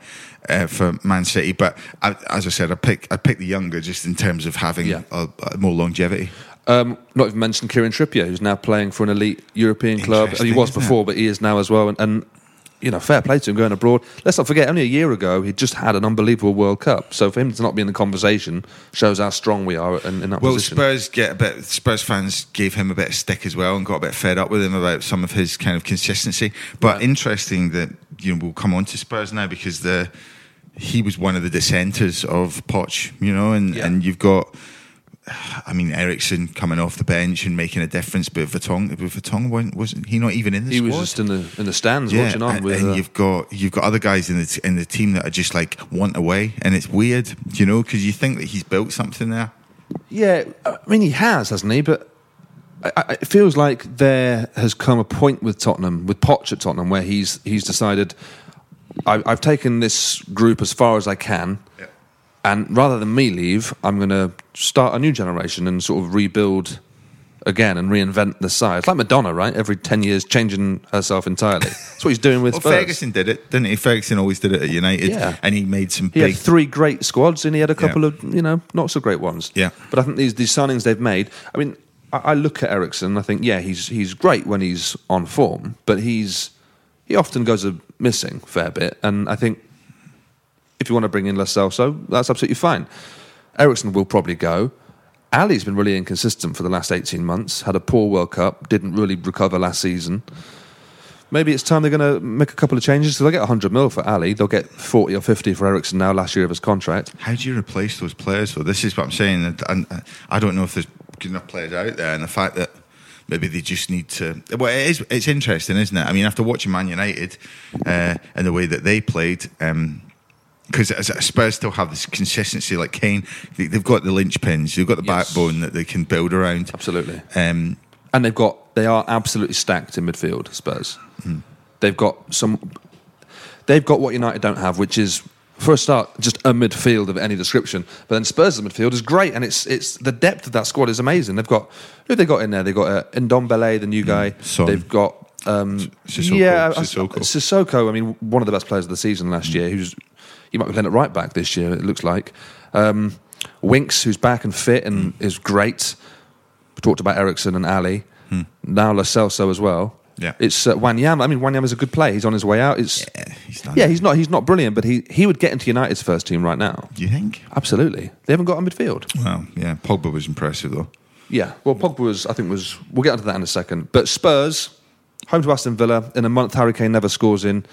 [SPEAKER 3] uh, for Man City, but I, as I said, I pick I pick the younger just in terms of having
[SPEAKER 2] Yeah.
[SPEAKER 3] uh uh more longevity.
[SPEAKER 2] Um, not even mentioned Kieran Trippier, who's now playing for an elite European club.
[SPEAKER 3] Interesting,
[SPEAKER 2] He was
[SPEAKER 3] isn't
[SPEAKER 2] before, but he is now as well. And, and you know, fair play to him going abroad. Let's not forget, only a year ago he just had an unbelievable World Cup. So for him to not be in the conversation shows how strong we are in, in that
[SPEAKER 3] Well,
[SPEAKER 2] position.
[SPEAKER 3] Spurs get a bit. Spurs fans gave him a bit of stick as well, and got a bit fed up with him about some of his kind of consistency. But interesting that you know we'll come on to Spurs now because the he was one of the dissenters of Poch, you know, and
[SPEAKER 2] Yeah.
[SPEAKER 3] and you've got. I mean, Ericsson coming off the bench and making a difference, but Vertong, Vertong wasn't, wasn't he not even in the
[SPEAKER 2] he
[SPEAKER 3] squad?
[SPEAKER 2] was just in the in the stands watching on
[SPEAKER 3] and,
[SPEAKER 2] with.
[SPEAKER 3] and
[SPEAKER 2] uh,
[SPEAKER 3] you've got you've got other guys in the t- in the team that are just like want away, and it's weird, you know, because you think that he's built something there.
[SPEAKER 2] Yeah, I mean he has, hasn't he? But I, I, it feels like there has come a point with Tottenham, with Poch at Tottenham, where he's he's decided I, I've taken this group as far as I can, and rather than me leave, I'm going to start a new generation and sort of rebuild again and reinvent the side. It's like Madonna, right? Every ten years, changing herself entirely. That's what he's doing with
[SPEAKER 3] Well,
[SPEAKER 2] Spurs.
[SPEAKER 3] Ferguson did it, didn't he? Ferguson always did it at United,
[SPEAKER 2] Yeah.
[SPEAKER 3] and he made some
[SPEAKER 2] He
[SPEAKER 3] big.
[SPEAKER 2] had three great squads and he had a couple
[SPEAKER 3] Yeah.
[SPEAKER 2] of, you know, not so great ones.
[SPEAKER 3] Yeah.
[SPEAKER 2] But I think these, these signings they've made, I mean, I, I look at Ericsson and I think, yeah, he's he's great when he's on form, but he's he often goes a missing a fair bit. And I think if you want to bring in Lo Celso, that's absolutely fine. Ericsson will probably go. Ali's been really inconsistent for the last 18 months, had a poor World Cup, didn't really recover last season. Maybe it's time they're going to make a couple of changes. So they'll get 100 mil for Ali. They'll get 40 or 50 for Ericsson now, last year of his contract.
[SPEAKER 3] How do you replace those players? Though this is what I'm saying, and, and uh, I don't know if there's good enough players out there, and the fact that maybe they just need to. Well, it is. It's interesting, isn't it? I mean, after watching Man United uh, and the way that they played. Um, because Spurs still have this consistency, like Kane, they, they've got the linchpins, they've got the
[SPEAKER 2] Yes.
[SPEAKER 3] backbone that they can build around.
[SPEAKER 2] Absolutely.
[SPEAKER 3] Um,
[SPEAKER 2] And they've got, they are absolutely stacked in midfield, Spurs.
[SPEAKER 3] Hmm.
[SPEAKER 2] They've got some, they've got what United don't have, which is, for a start, just a midfield of any description. But then Spurs' midfield is great, and it's it's the depth of that squad is amazing. They've got, who have they got in there? They've got uh, Ndombele, the new guy.
[SPEAKER 3] Hmm. Son.
[SPEAKER 2] They've got, um,
[SPEAKER 3] Sissoko,
[SPEAKER 2] yeah, I-
[SPEAKER 3] Sissoko. Hmm.
[SPEAKER 2] Sissoko, I mean, one of the best players of the season last year, who's he might be playing at right back this year, it looks like. Um, Winks, who's back and fit and
[SPEAKER 3] Hmm.
[SPEAKER 2] is great. We talked about Ericsson and Ali. Now Lo Celso as well.
[SPEAKER 3] Hmm. Yeah.
[SPEAKER 2] It's uh, Wanyama. I mean, Wanyama's a good player. He's on his way out. It's
[SPEAKER 3] Yeah, eh, he's done
[SPEAKER 2] yeah,
[SPEAKER 3] it.
[SPEAKER 2] he's not he's not brilliant, but he, he would get into United's first team right now.
[SPEAKER 3] do you think?
[SPEAKER 2] Absolutely. They haven't got a midfield.
[SPEAKER 3] Well, yeah, Pogba was impressive though.
[SPEAKER 2] Yeah. Well, Pogba was, I think, was. We'll get onto that in a second. But Spurs, home to Aston Villa, in a month Harry Kane never scores in,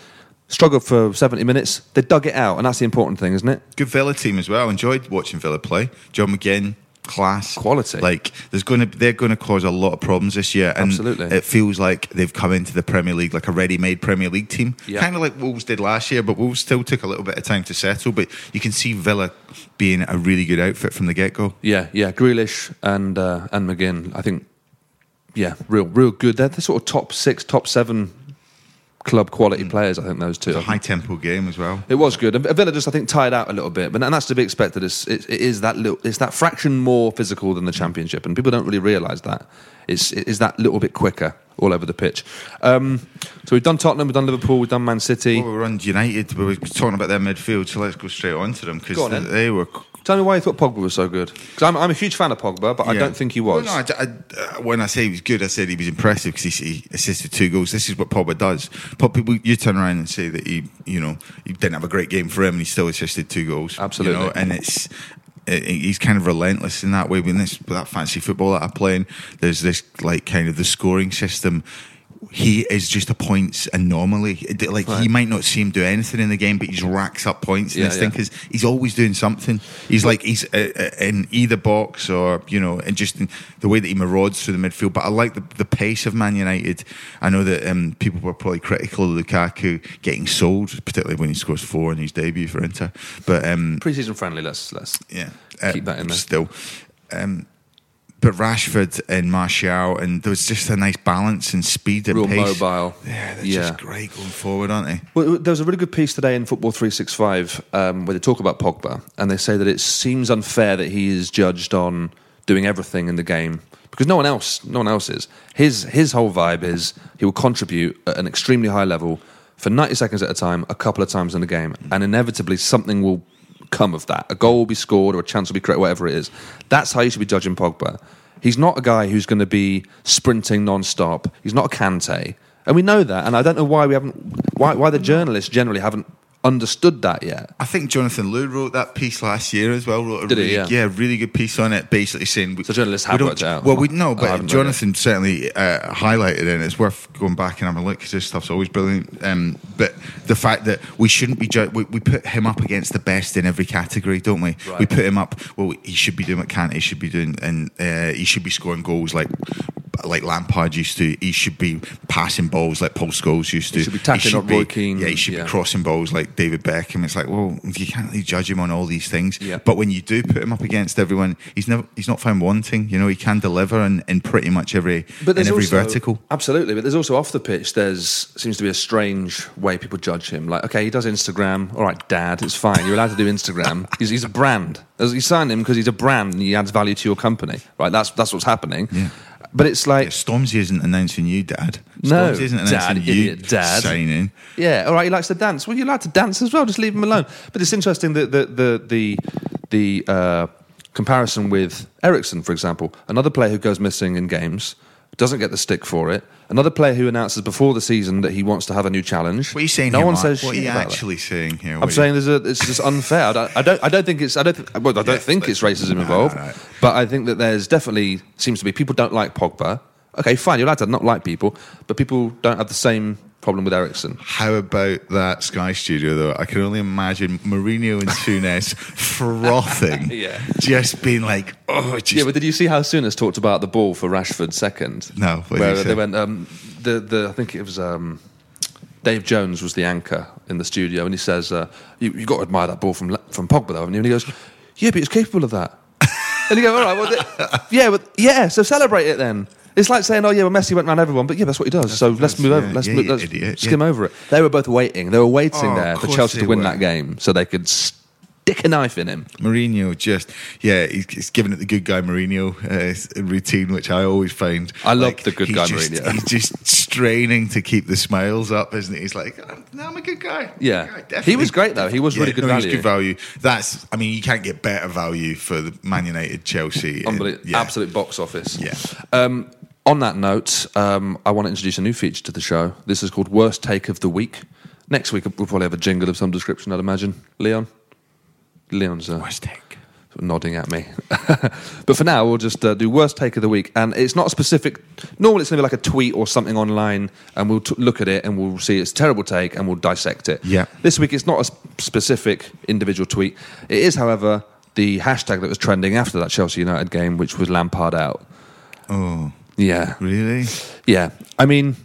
[SPEAKER 2] struggled for 70 minutes. They dug it out, and that's the important thing, isn't it?
[SPEAKER 3] good Villa team as well. Enjoyed watching Villa play. John McGinn, class,
[SPEAKER 2] Quality.
[SPEAKER 3] Like there's going to they're going to cause a lot of problems this year. And
[SPEAKER 2] Absolutely.
[SPEAKER 3] it feels like they've come into the Premier League like a ready-made Premier League team,
[SPEAKER 2] Yeah.
[SPEAKER 3] kind of like Wolves did last year. But Wolves still took a little bit of time to settle. But you can see Villa being a really good outfit from the get-go.
[SPEAKER 2] Yeah, yeah. Grealish and uh, and McGinn, I think, yeah, real real good. They're the sort of top six, top seven club quality players, I think, those two.
[SPEAKER 3] Mm. A high-tempo game as well.
[SPEAKER 2] It was good. And Villa just, I think, tired out a little bit, but and that's to be expected. It's it, it is that little, it's that fraction more physical than the
[SPEAKER 3] Mm.
[SPEAKER 2] Championship, and people don't really realise that. It's it is that little bit quicker all over the pitch. Um, so we've done Tottenham, we've done Liverpool, we've done Man City.
[SPEAKER 3] Well, we were on United. We were talking about their midfield, so let's go straight on to them because
[SPEAKER 2] Go on then.
[SPEAKER 3] they were
[SPEAKER 2] Tell me why you thought Pogba was so good? Because I'm, I'm a huge fan of Pogba, but I
[SPEAKER 3] Yeah.
[SPEAKER 2] don't think he was.
[SPEAKER 3] Well, no, I, I- uh, when I say he was good, I said he was impressive because he, he assisted two goals. This is what Pogba does. Pop, people, you turn around and say that he, you know, he didn't have a great game for him, and he still assisted two goals. you
[SPEAKER 2] Absolutely.
[SPEAKER 3] know, and it's. uh, he's kind of relentless in that way. When this that fancy football that I play in, there's this like kind of the scoring system. He is just a points anomaly. It- Like
[SPEAKER 2] Right.
[SPEAKER 3] you might not see him do anything in the game, but he just racks up points in
[SPEAKER 2] Yeah,
[SPEAKER 3] this thing
[SPEAKER 2] yeah.
[SPEAKER 3] 'cause he's always doing something. He's like he's uh, uh, in either box or you know, and just in the way that he marauds through the midfield. But I like the, the pace of Man United. I know that um, people were probably critical of Lukaku getting sold, particularly when he scores four in his debut for Inter. But um,
[SPEAKER 2] Pre-season friendly. Let's let's
[SPEAKER 3] yeah, Uh,
[SPEAKER 2] Keep that in there.
[SPEAKER 3] Still, um, but Rashford and Martial, and there was just a nice balance and speed and
[SPEAKER 2] real
[SPEAKER 3] pace.
[SPEAKER 2] mobile.
[SPEAKER 3] Yeah, they're just great going forward, aren't they?
[SPEAKER 2] Well, there was a really good piece today in Football 365 um, where they talk about Pogba and they say that it seems unfair that he is judged on doing everything in the game because no one else, no one else is. His his whole vibe is he will contribute at an extremely high level for 90 seconds at a time, a couple of times in the game, and inevitably something will come of that. A goal will be scored or a chance will be created, whatever it is. That's how you should be judging Pogba. He's not a guy who's going to be sprinting non-stop. He's not a Kante. And we know that. And I don't know why we haven't, why, why the journalists generally haven't understood that yet.
[SPEAKER 3] I think Jonathan Liu wrote that piece last year as well. Wrote a
[SPEAKER 2] Did he?
[SPEAKER 3] really,
[SPEAKER 2] Yeah.
[SPEAKER 3] really good piece on it, basically saying we,
[SPEAKER 2] So journalists have
[SPEAKER 3] we don't-
[SPEAKER 2] worked it out.
[SPEAKER 3] Well, we no,
[SPEAKER 2] I haven't
[SPEAKER 3] but
[SPEAKER 2] read
[SPEAKER 3] Jonathan certainly uh, highlighted it. and It's worth going back and having a look because this stuff's always brilliant. Um, but the fact that we shouldn't be ju- we, we put him up against the best in every category, don't we?
[SPEAKER 2] Right.
[SPEAKER 3] We put him up. Well, he should be doing what Kante should be doing, and uh, he should be scoring goals like. Like Lampard used to, he should be passing balls like Paul Scholes used to.
[SPEAKER 2] He should be tackling up Roy Keane.
[SPEAKER 3] Yeah, he should
[SPEAKER 2] Yeah.
[SPEAKER 3] be crossing balls like David Beckham. It's like, well, you can't really judge him on all these things.
[SPEAKER 2] Yeah.
[SPEAKER 3] But when you do put him up against everyone, he's never he's not found wanting. You know, he can deliver in, in pretty much every in every
[SPEAKER 2] also-
[SPEAKER 3] vertical.
[SPEAKER 2] Absolutely, but there's also off the pitch. There's seems to be a strange way people judge him. Like, okay, he does Instagram. All right, Dad, it's fine. You're allowed to do
[SPEAKER 3] *laughs*
[SPEAKER 2] Instagram. he's, he's a brand. As You signed him because he's a brand and he adds value to your company. Right? That's that's what's happening.
[SPEAKER 3] Yeah.
[SPEAKER 2] But it's like,
[SPEAKER 3] Yeah, Stormzy isn't announcing you, Dad.
[SPEAKER 2] No,
[SPEAKER 3] Stormzy isn't
[SPEAKER 2] Dad,
[SPEAKER 3] announcing you,
[SPEAKER 2] idiot, Dad.
[SPEAKER 3] Signing.
[SPEAKER 2] Yeah, all right. He likes to dance. Well, you're allowed to dance as well. Just leave him alone. But it's interesting that the the the the uh, comparison with Ericsson, for example, another player who goes missing in games doesn't get the stick for it. Another player who announces before the season that he wants to have a new challenge.
[SPEAKER 3] What are you saying?
[SPEAKER 2] No
[SPEAKER 3] here,
[SPEAKER 2] one
[SPEAKER 3] Mark?
[SPEAKER 2] says
[SPEAKER 3] What
[SPEAKER 2] shit
[SPEAKER 3] are you
[SPEAKER 2] about that.
[SPEAKER 3] actually saying here?
[SPEAKER 2] I'm saying there's a, it's just unfair. I don't, I don't. I don't think it's. I don't. Think, well, I don't
[SPEAKER 3] Yeah,
[SPEAKER 2] think it's
[SPEAKER 3] that's-
[SPEAKER 2] racism
[SPEAKER 3] no,
[SPEAKER 2] involved.
[SPEAKER 3] no, no.
[SPEAKER 2] But I think that there's definitely seems to be people don't like Pogba. Okay, fine. You're allowed to not like people, but people don't have the same problem with Ericsson.
[SPEAKER 3] How about that Sky Studio though? I can only imagine
[SPEAKER 2] *laughs*
[SPEAKER 3] Mourinho and Souness frothing,
[SPEAKER 2] Yeah.
[SPEAKER 3] just being like, "Oh, just
[SPEAKER 2] Yeah, but did you see how Sooners talked about the ball for Rashford second?
[SPEAKER 3] No, what did
[SPEAKER 2] where
[SPEAKER 3] he
[SPEAKER 2] they
[SPEAKER 3] say?
[SPEAKER 2] went. Um, the the I think it was um, Dave Jones was the anchor in the studio, and he says, uh, "You you got to admire that ball from Le- from Pogba, though." haven't you?" And he goes, "Yeah, but it's capable of
[SPEAKER 3] *laughs*
[SPEAKER 2] that." and you go, "All right, well, th- yeah, but yeah, so celebrate it then." It's like saying, "Oh yeah, well Messi went round everyone," but yeah, that's what he does. so let's
[SPEAKER 3] does,
[SPEAKER 2] move
[SPEAKER 3] yeah,
[SPEAKER 2] over. Let's,
[SPEAKER 3] yeah,
[SPEAKER 2] move,
[SPEAKER 3] you
[SPEAKER 2] let's
[SPEAKER 3] idiot,
[SPEAKER 2] skim
[SPEAKER 3] yeah.
[SPEAKER 2] over it. They were both waiting. They were waiting
[SPEAKER 3] Oh,
[SPEAKER 2] there
[SPEAKER 3] of
[SPEAKER 2] for
[SPEAKER 3] course
[SPEAKER 2] Chelsea to
[SPEAKER 3] they
[SPEAKER 2] win
[SPEAKER 3] were.
[SPEAKER 2] that game, so they could stick a knife in him.
[SPEAKER 3] Mourinho just yeah he's, he's giving it the good guy Mourinho uh, routine which I always find
[SPEAKER 2] I love the good
[SPEAKER 3] he's
[SPEAKER 2] guy
[SPEAKER 3] just-
[SPEAKER 2] Mourinho. *laughs*
[SPEAKER 3] he's just straining to keep the smiles up isn't he he's like "Oh, no, I'm a good guy
[SPEAKER 2] Yeah.
[SPEAKER 3] Good guy,
[SPEAKER 2] He
[SPEAKER 3] definitely."
[SPEAKER 2] was great, though. He was really good
[SPEAKER 3] no, he was
[SPEAKER 2] value.
[SPEAKER 3] good value that's I mean you can't get better value for the Man United Chelsea and-
[SPEAKER 2] Unbelievable.
[SPEAKER 3] yeah.
[SPEAKER 2] Absolute box office.
[SPEAKER 3] Yeah.
[SPEAKER 2] Um, on that note, um, I want to introduce a new feature to the show. This is called Worst Take of the Week. Next week, we'll probably have a jingle of some description, I'd imagine. Leon? Leon's uh,
[SPEAKER 3] Worst take.
[SPEAKER 2] nodding at me. *laughs* but for now, we'll just uh, do Worst Take of the Week. And it's not a specific. Normally, it's going to be like a tweet or something online, and we'll t- look at it and we'll see it's a terrible take and we'll dissect it.
[SPEAKER 3] Yeah.
[SPEAKER 2] This week, it's not a s- specific individual tweet. It is, however, the hashtag that was trending after that Chelsea United game, which was Lampard out.
[SPEAKER 3] oh
[SPEAKER 2] Yeah.
[SPEAKER 3] really
[SPEAKER 2] Yeah. I mean,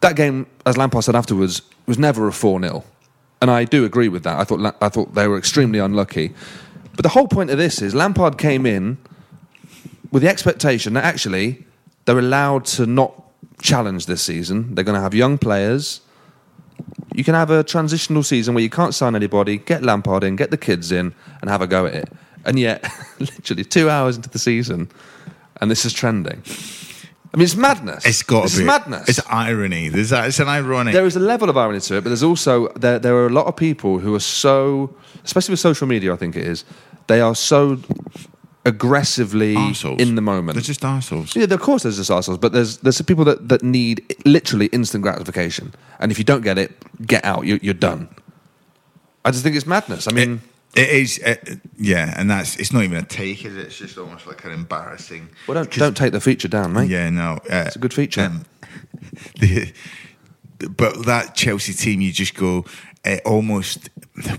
[SPEAKER 2] that game, as Lampard said afterwards, was never a 4 0. And I do agree with that. I thought, La- I thought they were extremely unlucky. But the whole point of this is Lampard came in with the expectation that actually they're allowed to not challenge this season. They're going to have young players. You can have a transitional season where you can't sign anybody, get Lampard in, get the kids in, and have a go at it. And yet, *laughs* literally two hours into the season, and this is trending. I mean, it's madness.
[SPEAKER 3] it's got
[SPEAKER 2] This
[SPEAKER 3] to
[SPEAKER 2] is
[SPEAKER 3] be
[SPEAKER 2] madness.
[SPEAKER 3] it's irony there's that it's an ironic
[SPEAKER 2] There is a level of irony to it, but there's also there, there are a lot of people who are so, especially with social media, I think it is, they are so aggressively
[SPEAKER 3] arseholes.
[SPEAKER 2] in the moment.
[SPEAKER 3] they're just arseholes
[SPEAKER 2] yeah, of course, there's just arseholes, but there's there's people that, that need literally instant gratification, and if you don't get it, get out. You're, you're done. I just think it's madness. I mean,
[SPEAKER 3] It is, uh, yeah, and that's it's not even a take, is it? It's just almost like an embarrassing.
[SPEAKER 2] Well, don't don't take the feature down, mate.
[SPEAKER 3] Yeah, no, uh,
[SPEAKER 2] It's a good feature.
[SPEAKER 3] *laughs* the, but that Chelsea team, you just go. It almost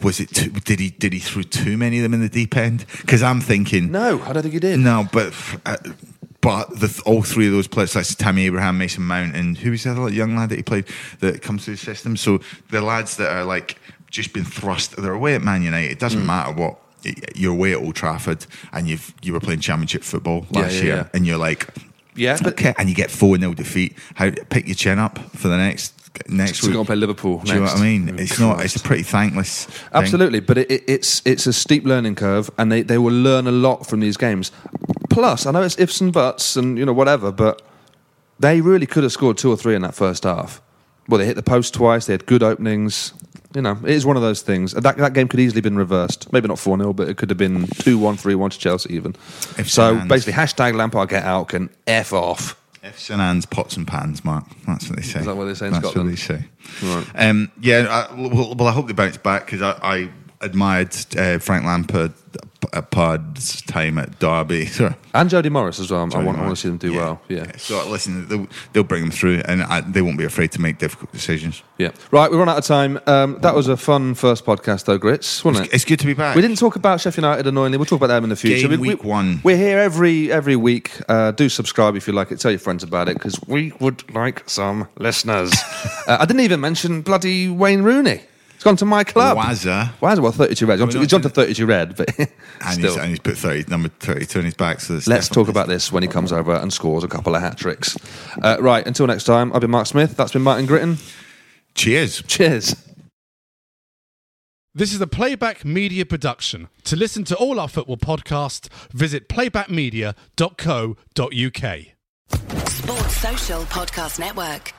[SPEAKER 3] was it? Too, did he did he throw too many of them in the deep end? Because I'm thinking
[SPEAKER 2] No, I don't think you did.
[SPEAKER 3] no, but uh, but the th- all three of those players, like Tammy Abraham, Mason Mount, and who was the other young lad that he played that comes through the system. So the lads that are like just been thrust, they're away at Man United. It
[SPEAKER 2] Hmm.
[SPEAKER 3] doesn't matter what you're away at Old Trafford, and you've you were playing Championship football
[SPEAKER 2] Yeah,
[SPEAKER 3] last
[SPEAKER 2] yeah,
[SPEAKER 3] year,
[SPEAKER 2] yeah.
[SPEAKER 3] and you're like,
[SPEAKER 2] Yeah, but
[SPEAKER 3] okay, and you get four 0 defeat. How pick your chin up for the next next
[SPEAKER 2] So
[SPEAKER 3] week?
[SPEAKER 2] we're gonna play Liverpool
[SPEAKER 3] Do you know
[SPEAKER 2] next.
[SPEAKER 3] what I mean?
[SPEAKER 2] Oh,
[SPEAKER 3] It's not.
[SPEAKER 2] Christ.
[SPEAKER 3] It's a pretty thankless. thing.
[SPEAKER 2] Absolutely, but it, it, it's it's a steep learning curve, and they, they will learn a lot from these games. Plus, I know it's ifs and buts, and you know whatever, but they really could have scored two or three in that first half. Well, they hit the post twice. They had good openings. You know, it is one of those things. That that game could easily have been reversed. Maybe not four 0 but it could have been 2-1, 3-1 to Chelsea even.
[SPEAKER 3] Ifs
[SPEAKER 2] so
[SPEAKER 3] and ands.
[SPEAKER 2] basically, hashtag Lampard get out can f off.
[SPEAKER 3] Ifs and ands, pots and pans, Mark. That's what they say.
[SPEAKER 2] Is that what they say in
[SPEAKER 3] That's
[SPEAKER 2] Scotland?
[SPEAKER 3] what they say.
[SPEAKER 2] Right.
[SPEAKER 3] Um, yeah. I, well, well, I hope they bounce back because I, I admired uh, Frank Lampard uh, Pard's time at Derby. *laughs* So,
[SPEAKER 2] And Jody Morris as well. I want, I want to see them do
[SPEAKER 3] Yeah.
[SPEAKER 2] well. Yeah.
[SPEAKER 3] So uh, listen, they'll, they'll bring them through, and I, they won't be afraid to make difficult decisions.
[SPEAKER 2] Yeah. Right, we're run out of time. Um, that was a fun first podcast, though, Grits, wasn't it?
[SPEAKER 3] It's good to be back.
[SPEAKER 2] We didn't talk about Sheffield United annoyingly. We'll talk about them in the future.
[SPEAKER 3] Game
[SPEAKER 2] we,
[SPEAKER 3] week
[SPEAKER 2] we,
[SPEAKER 3] one.
[SPEAKER 2] We're here every every week. Uh, do subscribe if you like it. Tell your friends about it because we would like some
[SPEAKER 3] *laughs*
[SPEAKER 2] listeners. uh, I didn't even mention bloody Wayne Rooney. He's gone to my club.
[SPEAKER 3] Wazza.
[SPEAKER 2] Wazza, well, 32 red. He's
[SPEAKER 3] not
[SPEAKER 2] gone to- he's gone to
[SPEAKER 3] doing-
[SPEAKER 2] 32 red, but *laughs*
[SPEAKER 3] And,
[SPEAKER 2] still.
[SPEAKER 3] He's, and he's put 30, number 32 on his back. So it's
[SPEAKER 2] Let's
[SPEAKER 3] definitely-
[SPEAKER 2] talk about this when he comes over and scores a couple of hat tricks. Uh, right, until next time, I've been Mark Smith. That's been Martin Gritton.
[SPEAKER 3] Cheers.
[SPEAKER 2] Cheers.
[SPEAKER 6] This is a Playback Media production. To listen to all our football podcasts, visit playbackmedia.co.uk.
[SPEAKER 1] Sports Social Podcast Network.